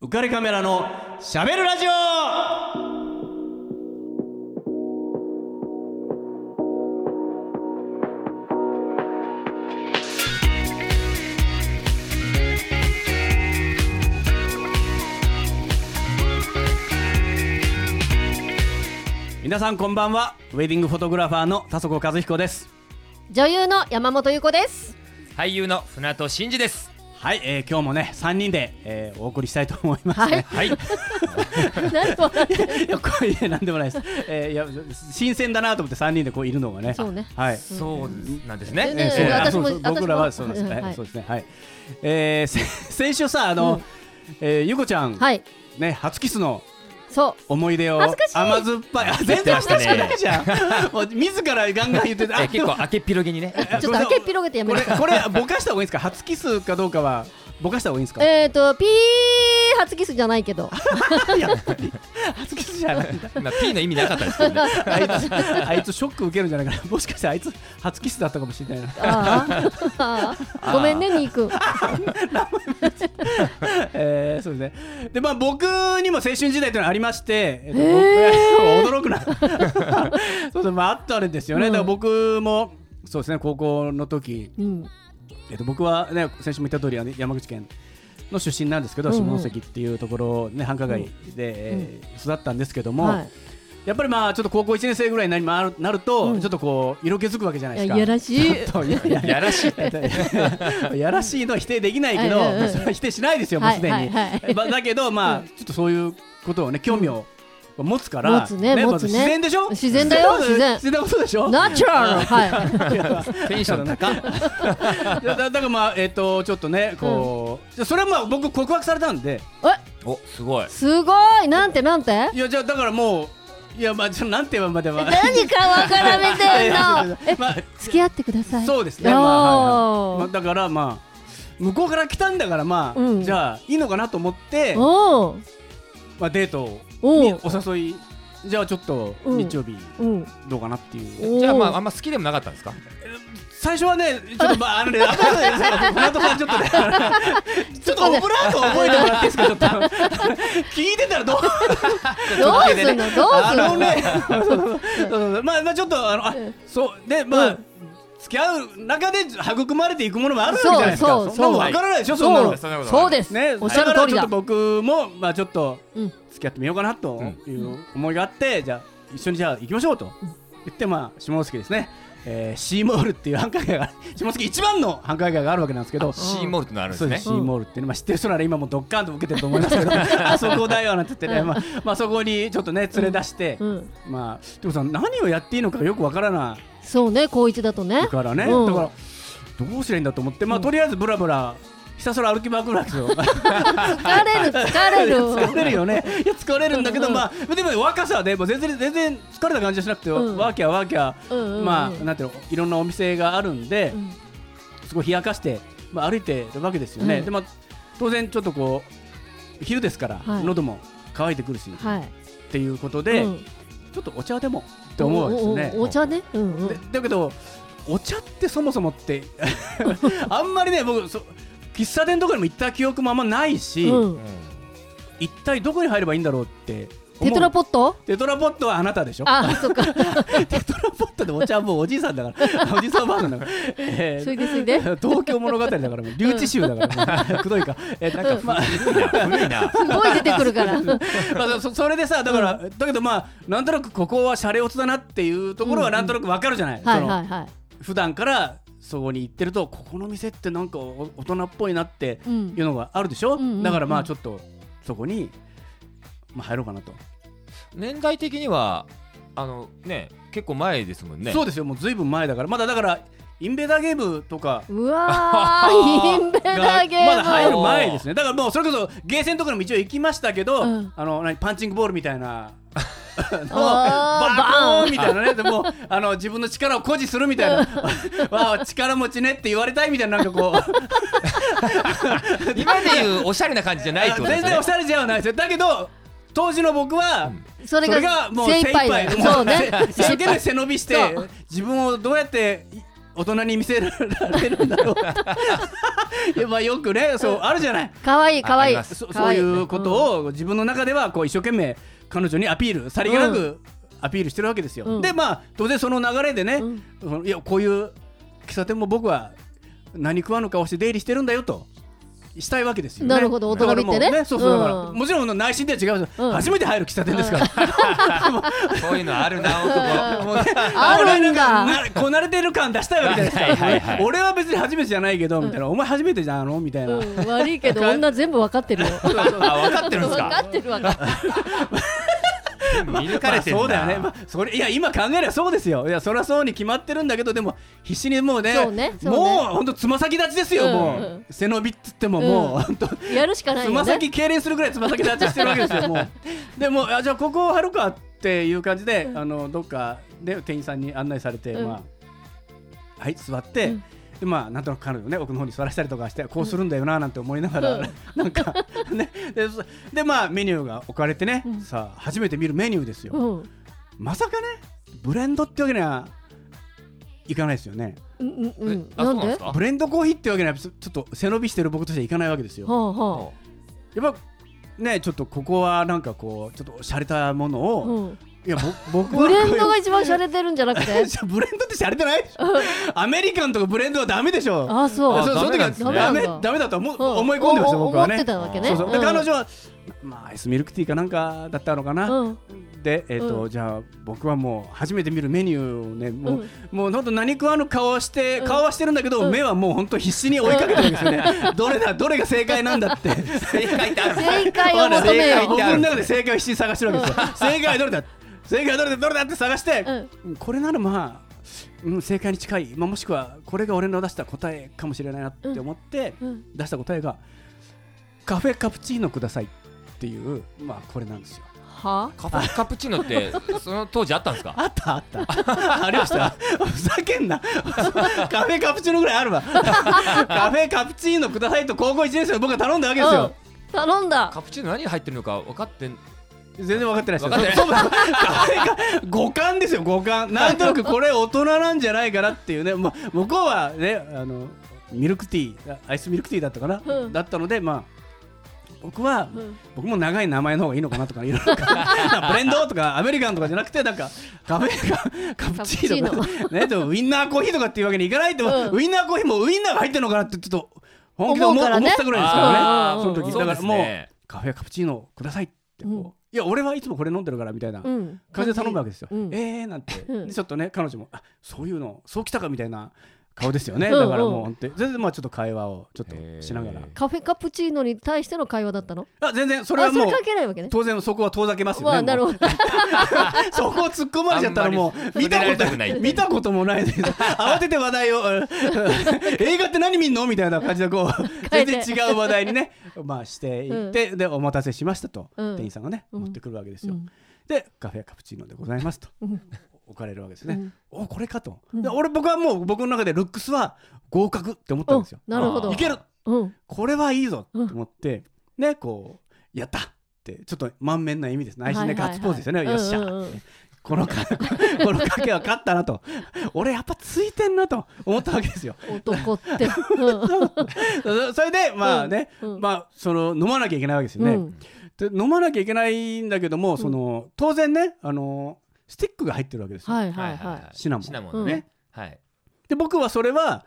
浮かれカメラのしゃべるラジオ皆さんこんばんはウェディングフォトグラファーの田底和彦です女優の山本優子です俳優の船戸真二です。はい、えー今日もね3人で、えーお送りしたいと思いますね、はいはい。何笑ってるいやこういやなんでもないです、えー、いや新鮮だなと思って3人でこういるのがねそうねはいそうなんですねね。えー私あそうもそう私も僕らはそうですね、はいはいそうですねはい、えー、せ 先週さあの、えーゆこちゃん、はいね初キスのそ思い出を恥ずかしい甘酸っぱいあ全然恥ずかしくないじゃん、もう自らガンガン言っててえ結構明けっぴろげにね。うちょっと開けっ広げてやめこるれこれぼかした方がいいんですか初キスかどうかはぼかした方がいいんですか、えっ、ー、とピー初キスじゃないけどやっぱり初キスじゃないんだまあ P の意味なかったですけどね。あいつあいつショック受けるんじゃないかなもしかしてあいつ初キスだったかもしれないなあーあーごめんねニー君 えー、そうですね。で、まあ、僕にも青春時代というのがありまして、えっと僕 驚くな。 そうですね、まあ、あったんですよね。うんだから僕も、そうですね、高校の時、うんえっと、僕はね、先週も言った通り、あの山口県。の出身なんですけど、うんうん下関っていうところ、ね、繁華街で、えー育ったんですけども、はいやっぱりまあちょっと高校1年生ぐらいになりまなると、うんちょっとこう色気づくわけじゃないいですか。やいやらしいちょっといやいややらしい。い やらしいのは否定できないけど、うんうんうんそれは否定しないですよ、もうすでに。はいはいはいまあだけど、まあ、ちょっとそういうことをね、興味を持つから、持つね持つねまず自然でしょ自然だよ自然自然なことでしょナチュラルは いテンション高っ。だだだからまあ、えっ、と、ちょっとね、こう、それはまあ僕、告白されたんで、えおすごい。すごいなんてなんていや、じゃあだからもう、いや、まあ、ちょなんて言えばまでは。何かわから めてんのえまあ付き合ってくださいそうですね。まあはいはいまあ、だからまあ向こうから来たんだからまあ、うんじゃあいいのかなと思って、まおーあデートおにうお誘いじゃあちょっとうん日曜日うんどうかなっていう。おじゃあまあああんま好きでもなかったんですか。最初はねちょっとまああの ねあとでナトさ んちょっとねあのちょっとオブラートを覚えてもらっていいですかちょ っと聞いてたらどうどうすんのどうあすのんのねそうそうそうまあまあちょっとあのあそうでまあ、うん付き合う中で育まれていくものもあるわけじゃないですかそうそうそんなもんわからないでしょそんなのそんなことないそうですね、おっしゃる通りだからちょっだと僕も、まあ、ちょっとうん付き合ってみようかなという思いがあって、じゃあ一緒にじゃあ行きましょうと言って、まあ、下関ですね、えー、シーモールっていう繁華街が 下関一番の繁華街があるわけなんですけど。シーモルトのあるんでそうすでねすシ。ーモールっていうのは知ってる人なら今もうドッカンと受けてると思いますけどあそこだよなんて言ってね、まあまあ、そこにちょっとね連れ出して、うんまあでもさ何をやっていいのかよくわからなそうね高一だとねいからね、うんだからどうすりゃいいんだと思って、まあ、とりあえずブラブラひたすら歩きまくるわけですよ。疲れる疲れる 疲れるよねいや疲れるんだけど、まあでも若さでもう全然全然疲れた感じはしなくて、うんワーキャーワーキャー、うんうんうんまあなんていうのいろんなお店があるんで、うんすごい冷やかして、まあ、歩いてるわけですよね、うんでまあ当然ちょっとこう昼ですから、はい喉も渇いてくるし、はいっていうことで、うんちょっとお茶でもって思うわけですよねおおおお茶ねうんうんでだけどお茶ってそもそもって あんまりね僕そ喫茶店とかにも行った記憶もあんまないし、うん一体どこに入ればいいんだろうって思うテトラポットテトラポットはあなたでしょあそっかテトラポットでお茶はもうおじいさんだから おじいさんバージョンだから、えーそれでそれ で東京物語だからもう留置集だから、 くどいか、えーなんか、まあ、古いな。すごい出てくるからうんまあそそれでさだから、だけどまあなんとなくここはシャレオツだなっていうところはなんとなくわかるじゃない、はいそのはいはい普段からそこに行ってるとここの店ってなんかお大人っぽいなってうんいうのがあるでしょ、んうんうんだからまあちょっとそこに、まあ、入ろうかなと、年代的にはあのね結構前ですもんね。そうう。ですよもうずいぶん前だからまだだからインベーダーゲームとかう わーインベーダーゲームまだ入る前ですねだからもうそれこそゲーセンとかにも一応行きましたけど、うんあの何パンチングボールみたいなのバあーーンみたいなねでもあの自分の力を誇示するみたいなわあ力持ちねって言われたいみたいななんかこう今でいうおしゃれな感じじゃないってことで全すね然おしゃれじゃないですよだけど当時の僕は、それそれががもう精精一一杯だ杯 よそうねもうせ一生懸命背伸びしてそう自分をどうやってい大人に見せられるんだろう といやまあよくねそうあるじゃない可愛い可愛いあ可愛ありまいすそそういうことを自分の中ではこう一生懸命彼女にアピールさりげなうくアピールしてるわけですよ、うんでまあ当然その流れでね、うんそのいやこういう喫茶店も僕は何食わぬ顔して出入りしてるんだよとしたいわけですよ、ね、なるほど大人びてだねからもうそうそうだから、うんもちろん内心では違うですよ、うん初めて入る喫茶店ですから、そういうのあるな男もうねある俺なんだんかなこなれてる感出したいわけじゃないですか、はいはいはい俺は別に初めてじゃないけどみたいな、お前初めてじゃのみたいな、うん悪いけど女全部わかってるよあ分かってるんですわかかってるわかってる全部見抜かれてるまあそうだよね、まあ、それいや今考えりゃそうですよいやそりゃそうに決まってるんだけどでも必死にもうねそうねそうねもうほんとつま先立ちですよ、うんもうんう背伸びっつってももう、うんほんとやるしかなついよねま先痙攣するぐらいつま先立ちしてるわけです よもうでもうあじゃあここを張るかっていう感じで、あのどっかで店員さんに案内されて、うんまあはい座って、うんでまあ、なんとなく彼女をね奥の方に座らせたりとかしてこうするんだよななんて思いながら、うん なんかねでそでまあメニューが置かれてね、うんさあ初めて見るメニューですよ、うんまさかねブレンドってわけにはいかないですよねうんうんうんあなそうんなんでですかブレンドコーヒーってわけにはちょちょっと背伸びしてる僕としてはいかないわけですよはあはやっぱねちょっとここはなんかこうちょっと洒落たものあを、いうんや ぼ僕はブレンドがい一番洒落てるんじゃなくてや ブレンドって洒落てないでしょアメリカンとかブレンドはダメでしょあそうあそうダそのメ時なはんでダメねダメすなんだダメだと思ううん思い込んでましたおお僕は思っねてたわけねそうそうでん彼女はまあアイスミルクティーかなんかだったのかな、うんで、えーとうじゃあ僕はもう初めて見るメニューをねもう,、うんもうほんと何食わぬ顔をして、うん顔はしてるんだけど、うん目はもう本当必死に追いかけてるんですよね、 どれだどれが正解なんだって正解ってある正解を求めよ僕正の中で正解を必死に探してるわけですよ、正解はどれだ正解はどれだどれだって探して、うんこれならまあ、うん、正解に近い、まあ、もしくはこれが俺の出した答えかもしれないなって思って、うん出した答えがカフェカプチーノくださいっていうまあこれなんですよはカフェカプチーノってその当時あったんですかあったあった ありましたふざけんな カフェカプチーノぐらいあ るわカフェカプチーノくださいと高校1年生の僕が頼んだわけですよ、うん頼んだカプチーノ何が入ってるのか分かってん全然分かってないですよ分かってないそうそうカフェカ五感ですよ五 感なんとなくこれ大人なんじゃないかなっていうね、まあ、向こうはねあのミルクティーアイスミルクティーだったかな、うんだったのでまあ僕は、うん僕も長い名前の方がいいのかなと かいろいろなんかブレンドとかアメリカンとかじゃなくてなんかカフェカカプチーノとカかねでもウインナーコーヒーとかっていうわけにいかないと、うんウインナーコーヒーもウインナーが入ってるのかなってちょっと本気で思思うからね思ってたぐらいですからあねーその時そだうでからすもうねカフェカプチーノくださいってこう、うんいや俺はいつもこれ飲んでるからみたいなう感んじで頼むわけですよ、うんえーなんて、うんでちょっとね彼女もあそういうのそうきたかみたいな顔ですよねうんだからもう本当に全然まあちょっと会話をちょっとしながらへーカフェカプチーノに対しての会話だったのあ全然そそれはあそもれう関係ないわけね当然そこは遠ざけますよまね、あなるほどそこを突っ込まれちゃったらもあんまうり見た触れらこれたくないと見たこともないです 慌てて話題をうん 映画って何見んのみたいな感じでこ う変え全て然違う話題にねまあしていって、でお待たせしましたと、うん店員さんがねうん持ってくるわけですうよ、んでカフェカプチーノでございますとうん置かれるわけですね、うんおこれかと、うんで俺僕はもう僕の中でルックスは合格って思ったんですよおなるほどあいけるうんこれはいいぞと思って、ねこうやったってちょっと満面の意味です内心でガッツポーズですよね、はいはいよっしゃ、うんうんうんこのか この賭けは勝ったなと俺やっぱついてんなと思ったわけですよ 男ってうんそそれでまあね、うんうんまあその飲まなきゃいけないわけですよね、うんで飲まなきゃいけないんだけどもその、当然ねあのスティックが入ってるわけですよ、はいはいはシナモンシナモンねはいで僕はそれは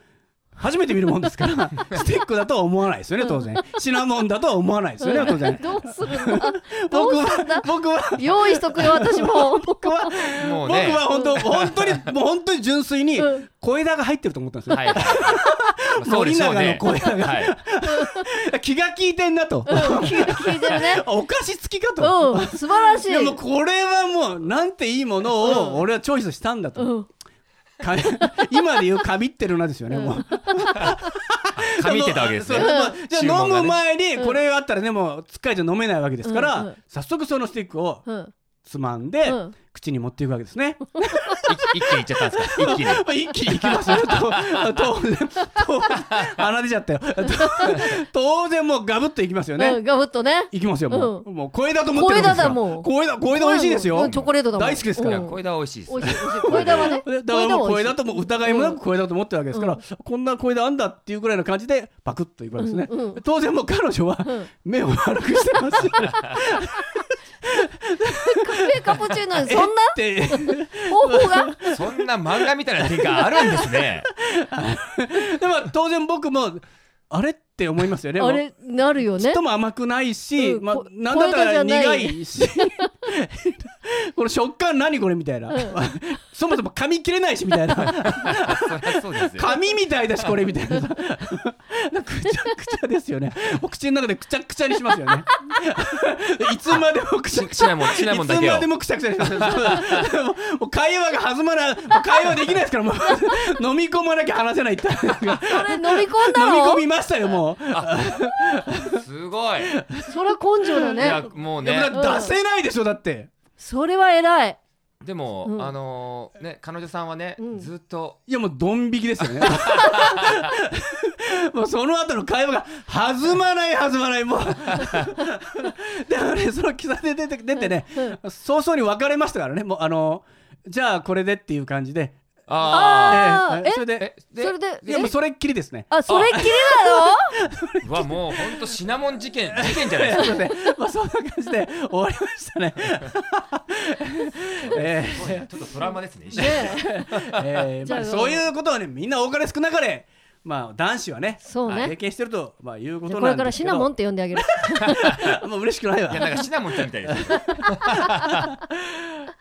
初めて見るもんですからスティックだとは思わないですよね当然シナモンだとは思わないですよね当い然どうするんだど僕うするんはだ僕は用意しとくよ私も僕はもう僕ねは本当本当にもう本当に純粋にうん小枝が入ってると思ったんですよはいはいまあそうでしょうね森永の声がはい気が利いてんなと気が利いてるねお菓子付きかとうん素晴らしいいやもうこれはもうなんていいものうんを俺はチョイスしたんだとうんか今で言うかびってるなですよねもう噛みってたわけですねそうまあ注じゃあ飲文がむね前にこれがあったらねもうつっかえちゃ飲めないわけですかうんうらん早速そのスティックをうんつまんで、うん口に持っていくわけですね。一気にいっちゃったんですか一気に一気に行きますよ。ととと鼻出ちゃったよ。と当然もうガブッといきますよね。うんガブッとねいきますよ、もう。もう小枝と思ってるん小です枝かだら。もん小枝、小枝美味しいですよ。うんチョコレートだもん大好きですからうん小枝は美味しいです美味しい美味しい小枝はねでだからもう小枝ととも疑いもなく小枝だと思ってるわけですから、うんこんな小枝あんだっていうぐらいの感じでパクッといくわけですね、うんうん当然もう彼女はうん目を悪くしてます よえカプチューノにそんなえって方法がそんな漫画みたいな展開あるんで すねでも当然僕もあれって思いますよねあれなるよちっねとも甘くないし、うんまあこ、なんだったら小枝じゃ苦ないいし この食感何これみたいな、うん そもそ も噛み切れないしみたいなそりゃそうですよ紙みたいだしこれみたいな なんかくちゃくちゃですよねもう口の中でくちゃくちゃにしますよ ねいつまでもくちゃくシちゃナモンシナモンだいつけをまでもくちゃくちゃにしますよそうもうもう会話が弾まないもう会話できないですからもう 飲み込まなきゃ話せないって 飲それ飲み込んだみ込のみましたよもう、すごいそれは根性だいやねもうでもだねって出せないでしょだって。それは偉いでも、うんあのーね彼女さんはね、うんずっといやもうドン引きですよね。 もうその後の会話が弾まない弾まないもう。 でもねその喫茶店出て出てね、早々に別れましたからねもうあのじゃあこれでっていう感じで、ああーえそれーでえそれでいやもうそれっきりですね。あそれっきりだ うわもうほんとシナモン事件事件じゃな いですすいませんまあそんな感じで 終わりましたね。 えーかちょっとトラウマですね一ろ瞬ねえーじゃあまあ、そういうことはねみんな多かれ少なかれ、まあ、男子はねそうね経験してると、まあ、いうこえじとゃあこなれんからですシけどナモンって呼んで あげるもう嬉しくないわ いやなんかシナモンちゃんみたいです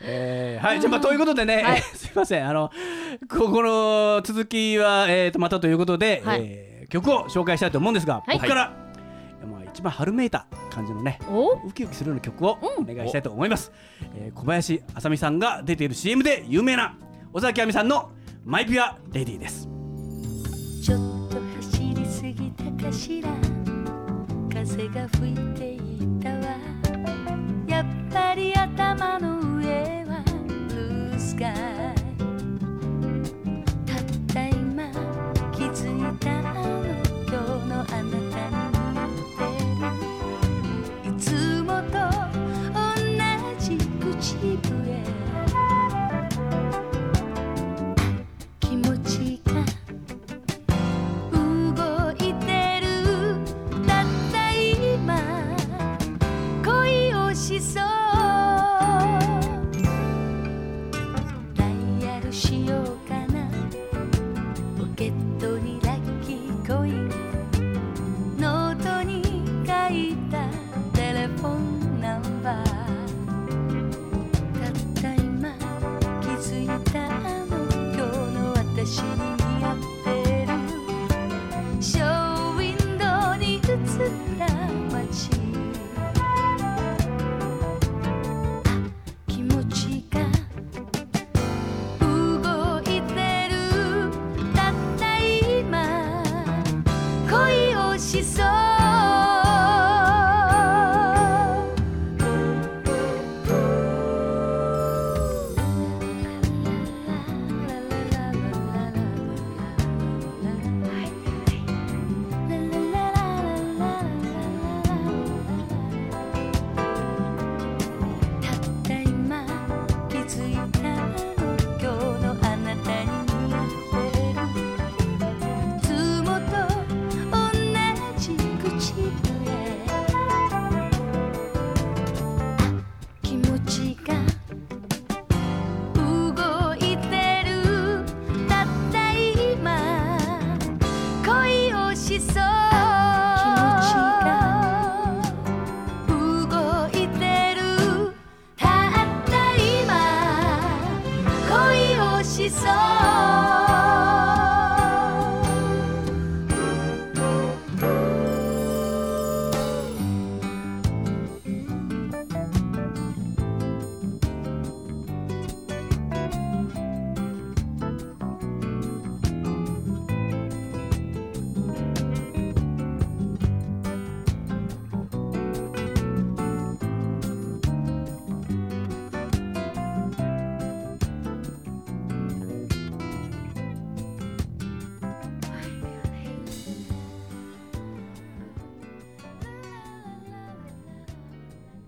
えーはい、じゃあ、まあ、ということでね、はいえ ーすいません、あの、ここの続きは、えー、とまたということで、はいえー曲を紹介したいと思うんですが、はい僕から、まあ、一番春めいた感じのね、おウキウキするような曲をお願いしたいと思います。えー小林あさみさんが出ている CM で有名な、尾崎あみさんのマイピュアレディです。ちょっと走りすぎたかしら風が吹いていたわやっぱり頭の上はブルースカイたった今気づいたあの今日のあなたに似てるいつもと同じ口笛気持ちが動いてるたった今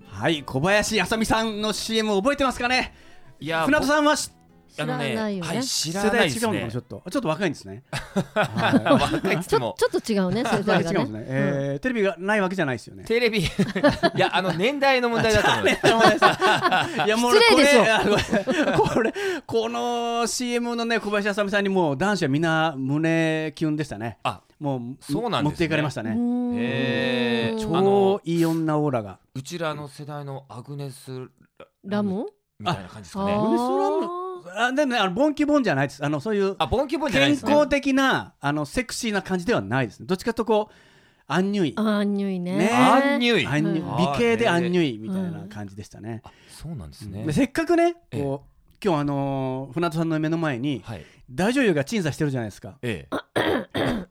はい小林あさみさんの CM 覚えてますかねいや船戸さんは知知らないよはねい、ち知世らな代い違うのですかなねちょっとちょっと若いんです ね 若いっつってょもちょっと違うね世代が違うんですね、ねえーテレビがないわけじゃないですよねテレビ いやあの年代の問題だと思ういやもう失礼ですこよれあの これこの CM のね小林あさみさんにもう男子はみんな胸キュンでしたねあもうそうなん持ですねっていかれましたうねんへーあ超のいい女オーラがうちらの世代のアグネスラムみたいな感じですかあねーウルソラムあでもねあのボンキュボンじゃないですあのそういうあボンキュボンじゃない健ですね康的なあのセクシーな感じではないですねどっちかというとこうアンニュイアンニュイねねアンニュイアンニュイうん美形でアンニュイみたいな感じでしたね、あそうなんですねでせっかくねええこう今日あのー船戸さんの目の前に はい大女優が鎮座してるじゃないですかえ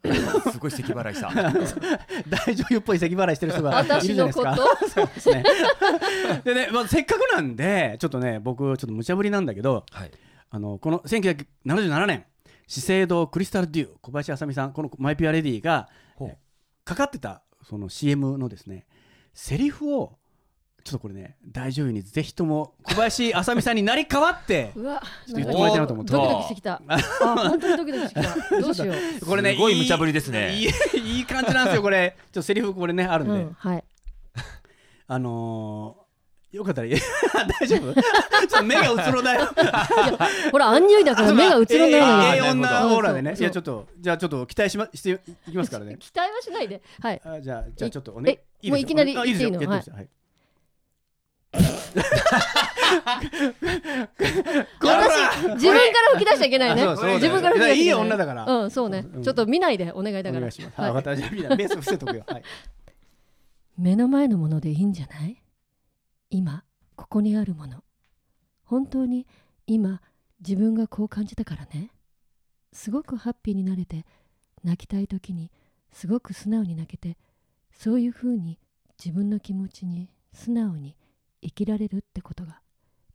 えすごい咳払いしたは大女優っぽい咳払いしてる 人がいるじ私ゃないのですこか とそうですねでね、まあ、せっかくなんでちょっとね僕ちょっと無茶ぶりなんだけどいあのこの1977年資生堂クリスタルデュー小林あさみさんこのマイピュアレディがほうえかかってたその CM のですねセリフをちょっとこれね大女優にぜひとも小林あさみさんになり変わってうわちょっとな言んってもらかいたいなと思ってドキドキしてきたあ本当にドキドキしてきたどうしようこれね すごい無茶ぶりですねいいいいい感じなんですよこれちょっとセリフこれねあるんうで、んはいあのーよかったら 大丈夫 ちょっと目がうつろだよほらアンニュイだから目がうつろないのええよええ女オーラでねそうそいうやちょっとじゃあちょっと期待しましていきますからね期待はしないではいあじゃあじゃあちょっとおねえもういきなりあいいですよいいのやってみま したはい私自分から吹き出しちゃいけないねあそうそう自分から吹き出しちゃいけないいやいい女だからうんそうねうんちょっと見ないでお願いだおか願らいしますははいい私はみんなベース伏せとくよ はい目の前のものでいいんじゃない今ここにあるもの本当に今自分がこう感じたからねすごくハッピーになれて泣きたい時にすごく素直に泣けてそういうふうに自分の気持ちに素直に生きられるってことが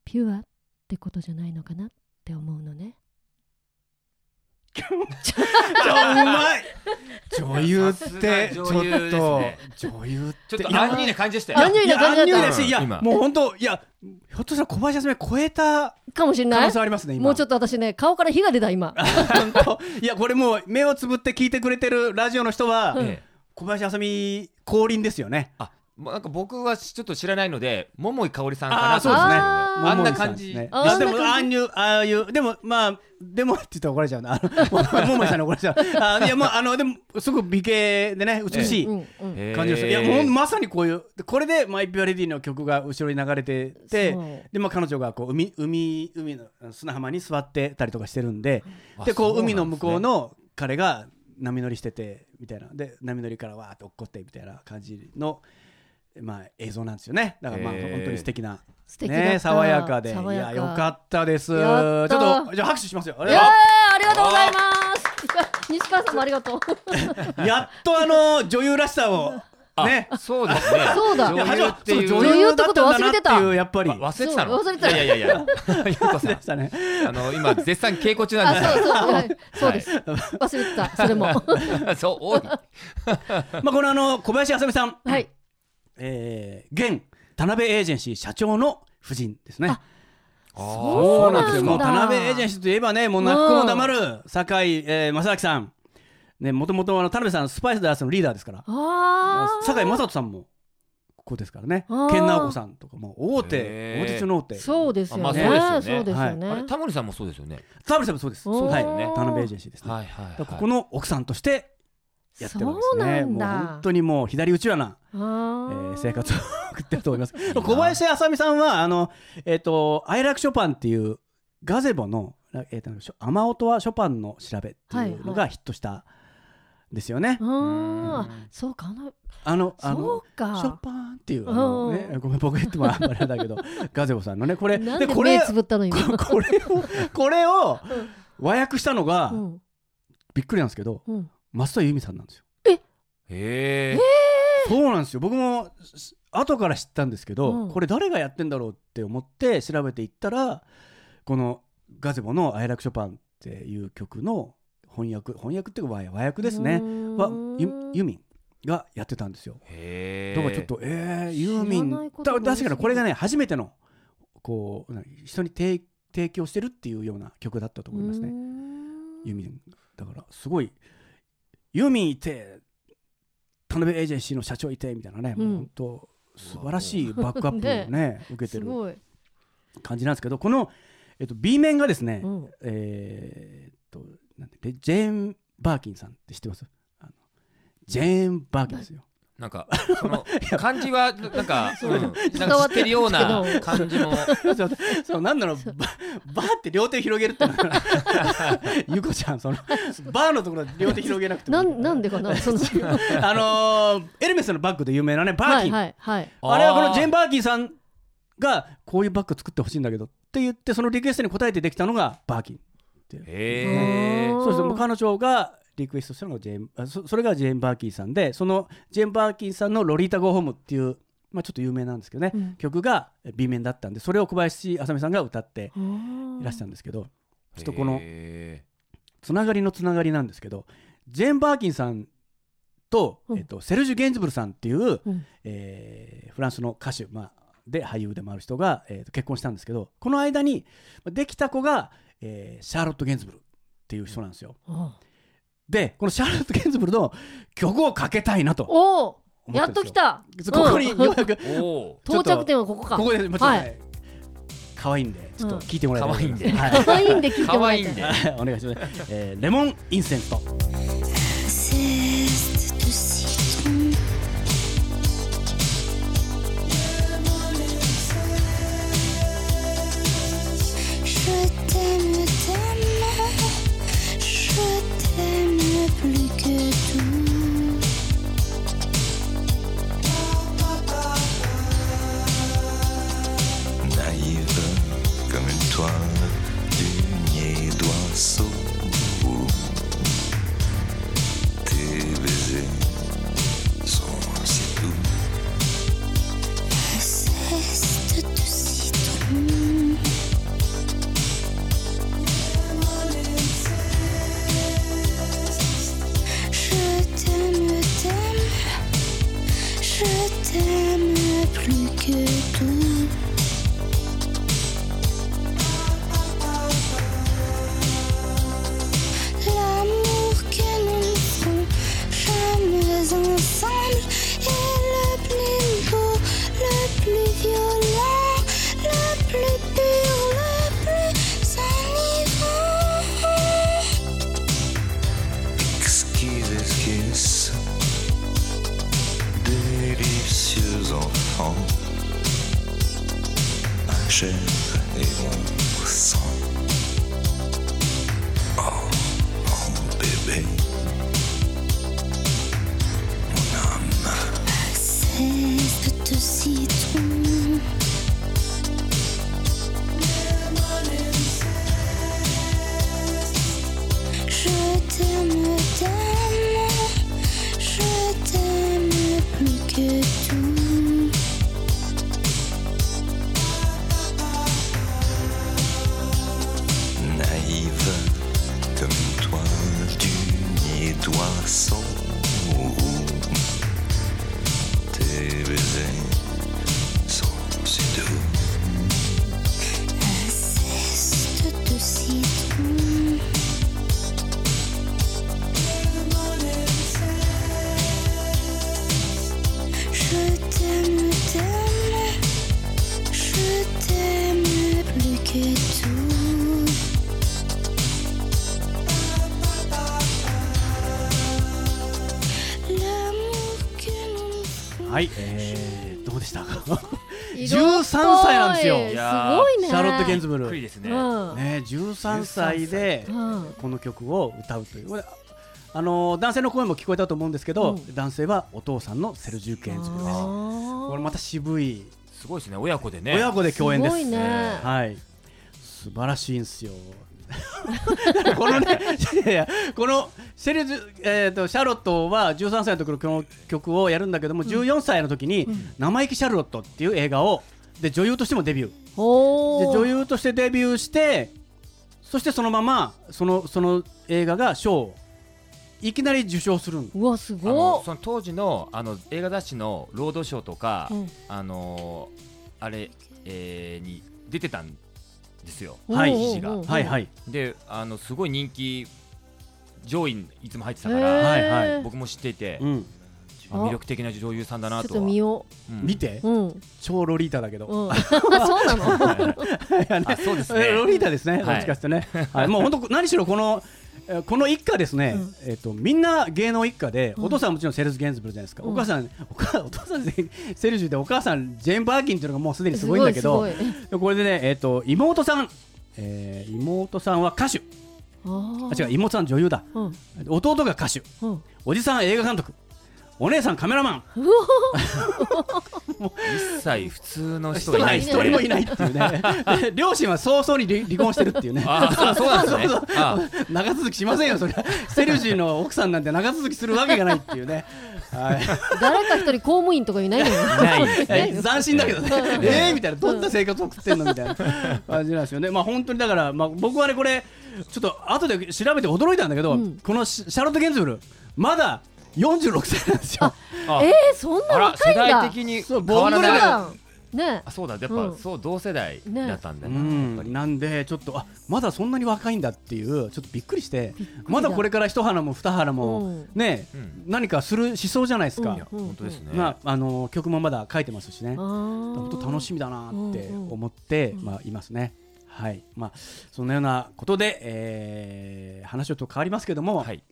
ピュアってことじゃないのかなって思うのねちょうまい女優っさすてがちょっと女優ですね女優ってちょっいとやアンニュイな感じでしたアンニュよイな感じいやアンだニュイっだしいや今もう本当いやひょっとしたら小林さん超えたたかもしれ可な能い性ありますね今もうちょっと私ね顔から火が出た今本当いやこれもう目をつぶって聞いてくれてるラジオの人は、ええ小林あさみ降臨ですよねあまなんか僕はちょっと知らないので桃井かおりさんかあなーとそうですねあーあんな感じね、ああんでな感もじああいうああいうでもまあでもって言ったら怒られちゃうなあのももいさんに怒られちゃうあいやもうあのでもすごく美形でね美しいうんうんへー感じがする、いやもうまさにこういうでこれで「マイ・ピュア・レディ」の曲が後ろに流れててそうで、まあ、彼女がこう海海海の砂浜に座ってたりとかしてるんであでこうそうなんですね海の向こうの彼が波乗りしててみたいなで波乗りからわーっと落っこってみたいな感じの、まあ、映像なんですよねだからまあへー本当に素敵な。素敵だったね、爽やかで爽やかいやよかったですちょやっったとじゃあ拍手しますよあいれややーありがとうございます。 西川さんもありがとう。っとあの女優らしさをあねそうですね そうだいや女初優めっていうそう女優だったんだなって忘れていうやっぱりわ忘れてたのそう忘れてたいやいやいや ゆうこさでしたねんあの今絶賛稽古中なんあ、でそすうそう、よはい、そうです。忘れてた、それ も。は そう多いまあこのあの小林あさみさんい。えー現田辺エージェンシー社長の夫人ですねそうなんですよもうそ田うなんだ辺エージェンシーといえばねもう泣く子も黙る酒井、えー正明さんねもともとあの田辺さんスパイスダースのリーダーですからああ。酒井雅人さんもここですからねあー健直子さんとかも大手へー大手中の大手そうですよね。あまあそそうでうですすよよね。ねあれタモリさんもそうですよね田辺さんもそうですおーはい田辺エージェンシーですね、はいはいはいだからここの奥さんとしてやってるわけですねそうなんだもう本当にもう左うちわな、あえーー生活を送ってると思います 小林あさみさんはあのえっ、と哀楽ショパンっていうガゼボのえっ、としょ雨音はショパンの調べっていうのはいはがヒットしたんですよね、あー、そうか、あの、あのあそのうショか。パンっていうあの、ね、ごめん僕が言ってもあんまりあれだ けどガゼボさんのねこれなんでこれ目つぶったのこ今。これをこれを和訳したのが、うん。びっくりなんですけどうん。松任谷由実さんなんですよへえそうなんですよ僕もす後から知ったんですけど、うんこれ誰がやってんだろうって思って調べていったらこの「ガゼボの哀楽ショパン」っていう曲の翻訳翻訳っていうか和和訳ですねうーんはゆユミンがやってたんですよへえだからちょっとえー、ユーミ知らないンことだが多すぎ確るかにこれがね初めてのこう何人に提提供してるっていうような曲だったと思いますねユーミンだからすごいユーミンいて田辺エージェンシーの社長いてみたいなね、うんもう本当素晴らしいバッ クアップをね受けてするごい、感じなんですけどこの、えっと、B 面がですね、うん、えーっとなんてジェーン・バーキンさんって知ってますあのジェーン・バーキンです よ。なんか その感じはなんかそううんなんか伝わ知っっててるるんでよすうけどな感じのそうそうなんだろうババーって両手広げるっての がゆうこちゃんそのバーのところで両手広げなくてもないいんなんでかな そのあのーエルメスのバッグで有名なねバーキン、はいはいはい あれはこのジェーン・ババーキンさんがこういうバッグ作ってほしいんだけどって言ってそのリクエストに応えてできたのがバーキンへえうんそうですねもう彼女がリクエストしたのがジェーンあそそれがジェーン・バーキンさんでそのジェーン・バーキンさんの「ロリータ・ゴー・ホーム」っていう、まあ、ちょっと有名なんですけどね、うん曲が B 面だったんでそれを小林あさみさんが歌っていらしたたんですけどちょっとこのへつながりのつながりなんですけどジェーン・バーキンさんと、うんえっと、セルジュ・ゲンズブルさんっていう、うんえーフランスの歌手、まあ、で俳優でもある人が、えーと結婚したんですけどこの間にできた子が、えーシャーロット・ゲンズブルっていう人なんですよ。でこのシャーロット・ゲンズブルの 曲をかけたいなと思おおってやるんっでとす来よ。たここにうんようやくーおちょっ到と着点はここか ここでもうちょっとはね可愛いんでちょっと聞いてもらいたい と思うまんす可愛いんでお聞いてかもわらいいいたんいではい、お願いします、えーレモンインセント Insist to see you. Je t'aime tellement, je t'aime plus que tout. naïve comme une toile du doigt sourd. Tes baisers sont si doux, Ceste de citron. Je t'aime, t'aime, je t'aime plus que tout. L'amour que nous nous ferons jamais ensemble est le plus beau, le plus violent, le plus pur, le plus enivrant. exquise esquisse, délicieux enfant, ma chair et mon sang. Oh, mon bébé, mon âme. Ceste de citron. Je t'aime tellement, je t'aime plus que tout. naïve comme une toile du doigt sans roue. Tes baisers sont si doux, Un zeste de citron. Je t'aime, t'aime, je t'aime plus que tout. L'amour que nous はい、えー、どうでしたか色っぽい13歳なんですよすいごやーいねシャーロット・ゲンズブびっルくりねですうねん13歳でうんこの曲を歌うというこれあのー男性の声も聞こえたと思うんですけど、うん男性はお父さんのセルジュ・ゲンズブルですこれまた渋いすごいですね親子でね親子で共演ですすごいねはい素晴らしいんですよ このねいやいやこのセルジュ、えー、とシャーロットは13歳の時のこの曲をやるんだけども、14歳の時に「生意気シャーロット」っていう映画をで女優としてもデビューおでー女優としてデビューしてそしてそのままそのその映画が賞をいきなり受賞するんうわすあのごっその当時のあの映画雑誌のロードショーとか、うんあのーあれ、えーに出てたんですよ。はいおうおうおう記事がはいはいいであのすごい人気上位にいつも入ってただかへらはいはい僕も知っていて、うんあ魅力的な女優さんだなちょとっとは見ようん見てううん うん超ロリータだけどあそうなのあそうですねえロリータですねいどっちかってねはいもう本当何しろこのえーこの一家ですねうん、えっとみんな芸能一家で、うんお父さんはもちろんセルズ・ゲンズブルじゃないですか、うんお母さんお母お父さんセルジュでお母さんジェーン・バーキンっていうのがもうすでにすごいんだけどすごいすこれでね、えっと妹さん、えー妹さんは歌手ごいあ違うう妹さん女優だうん弟が歌手うんおじさんは映画監督お姉さんカメラマン一切普通の人人ががいないい一です人ねもいないっていうねで 両親は早々に離離婚してるっていうねあそうそうなんですねあ長続きしませんよそれはセルジーの奥さんなんて長続きするわけがないっていうね、はい誰か一人公務員とかいないの よないですえ ね斬新だけどねう、んえーみたいな、どんな生活を送ってんのみたいな感じなんですよね、まあ、本当にだから、まあ、僕はね、これ、ちょっと後で調べて驚いたんだけど、うんこのシシャーロット・ゲンズブル、まだ46歳なんですよ。あえーそんなあら若い世んだ代的にそう変わらボンドレないラねあそうだやっぱ、うんそう同世代だったんだうな、やっぱんりなんで、ちょっと、あまだそんなに若いんだっていう、ちょっとびっくりして、くりだまだこれから一花も二花もうん、ねうん、何かするしそうじゃないですかいや、うん本当ですね、まああの曲もまだ書いてますしね。本本当楽しみだなってうんうん思って、うんまあいますね。はい、まあそんなようなことで、えー、話をちょっと変わりますけども、はい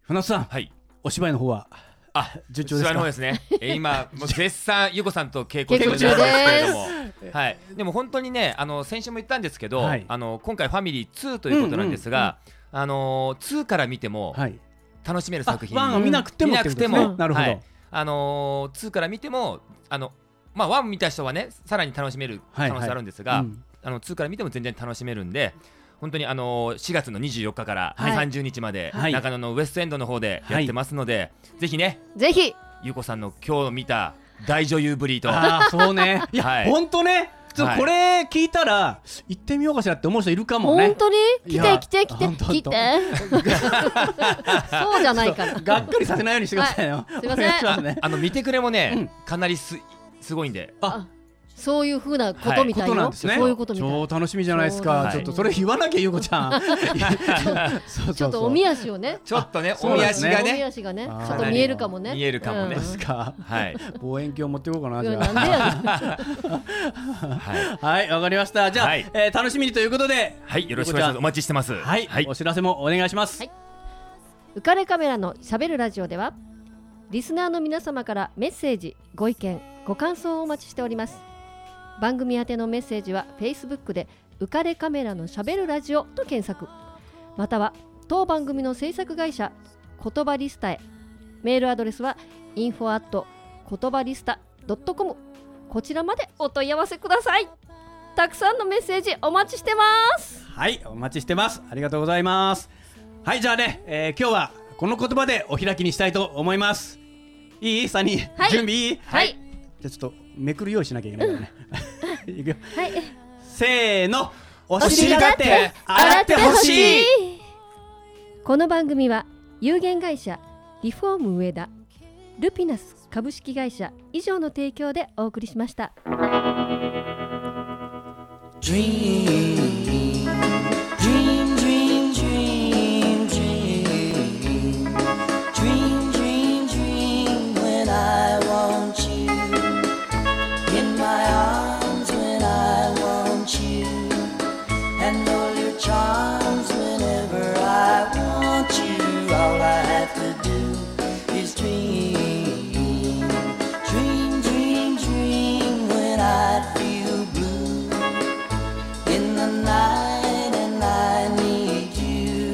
船津さん、はいお芝居の方はあ順調ですか座の方です ね。えー今もう絶賛ゆこさんと稽古稽中古中なんですけれどもす、はい。でも本当にね、あの先週も言ったんですけど、はいあの今回ファミリー2ということなんですが、あのー2から見てもはい、楽しめるあ作品。ワンを見なくても見っなてくことてですねも、なるほど、はいあのー2から見てもあのまあ1見た人はねさらに楽しめるはい可はい能性あるんですが、うんあの2から見ても全然楽しめるんで。本当にあのー4月の24日からはい30日まで、はい中野のウエストエンドの方でやってますので、ぜひねぜひゆうこさんの今日見た大女優ぶりとああそうね、 いや、はい本当ね、ちょっとはいこれ聞いたら行ってみようかしらって思う人いるかも本ね。当にい来やて来て来てほんとほん来とてそうじゃないからがっかりさせないようにしてくださいよ。はいすいませんお願いしますね。あの見てくれもね、うんかなりすすごいんであ、そういうふうなことみこたいとなよんですね。そういうことみたい超楽しみじゃないですか。はいちょっとそれ言わなきゃゆうこち ゃん。そうそうそうちょっとおみ足をねちょっとねそうおみです足ねがおみね足がねあーちょっと見えるかもね見えるかもねうんですか。はい、 望遠鏡持っていこうかないじやゃなんであ。やはいはい、わかりました。じゃあ、はいえー楽しみにということで、はい、よろしくお願いしますお待ちしてますはい、はいお知らせもお願いします。はい浮かれカメラのしゃべるラジオではリスナーの皆様からメッセージご意見ご感想をお待ちしております番組宛てのメッセージは Facebook で「浮かれカメラのしゃべるラジオ」と検索または当番組の制作会社言葉リスタへメールアドレスは info at 言葉リスタ .com こちらまでお問い合わせくださいたくさんのメッセージお待ちしてますはい、お待ちしてます。ありがとうございます。はい、じゃあね、えー今日はこの言葉でお開きにしたいと思います。いいサニー、はい準備いいはいじゃあちょっとめくる用意しなきゃいけないからね。 いくよ。はいせーの、おお尻尻だだっってて洗ってほしい。この番組は有限会社リフォーム上田ルピナス株式会社以上の提供でお送りしました。 Dream, dream, dream when I want you. In my arms when I want you. And all your charms whenever I want you. All I have to do is dream. Dream, dream, dream when I feel blue. In the night and I need you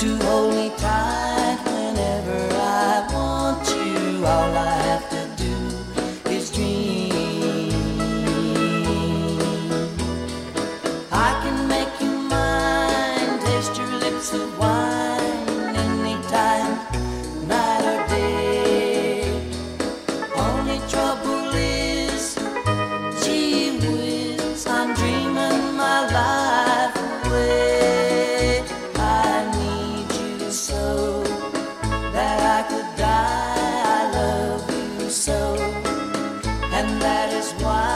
to hold me tight whenever I want you. All I have to do is dream. is why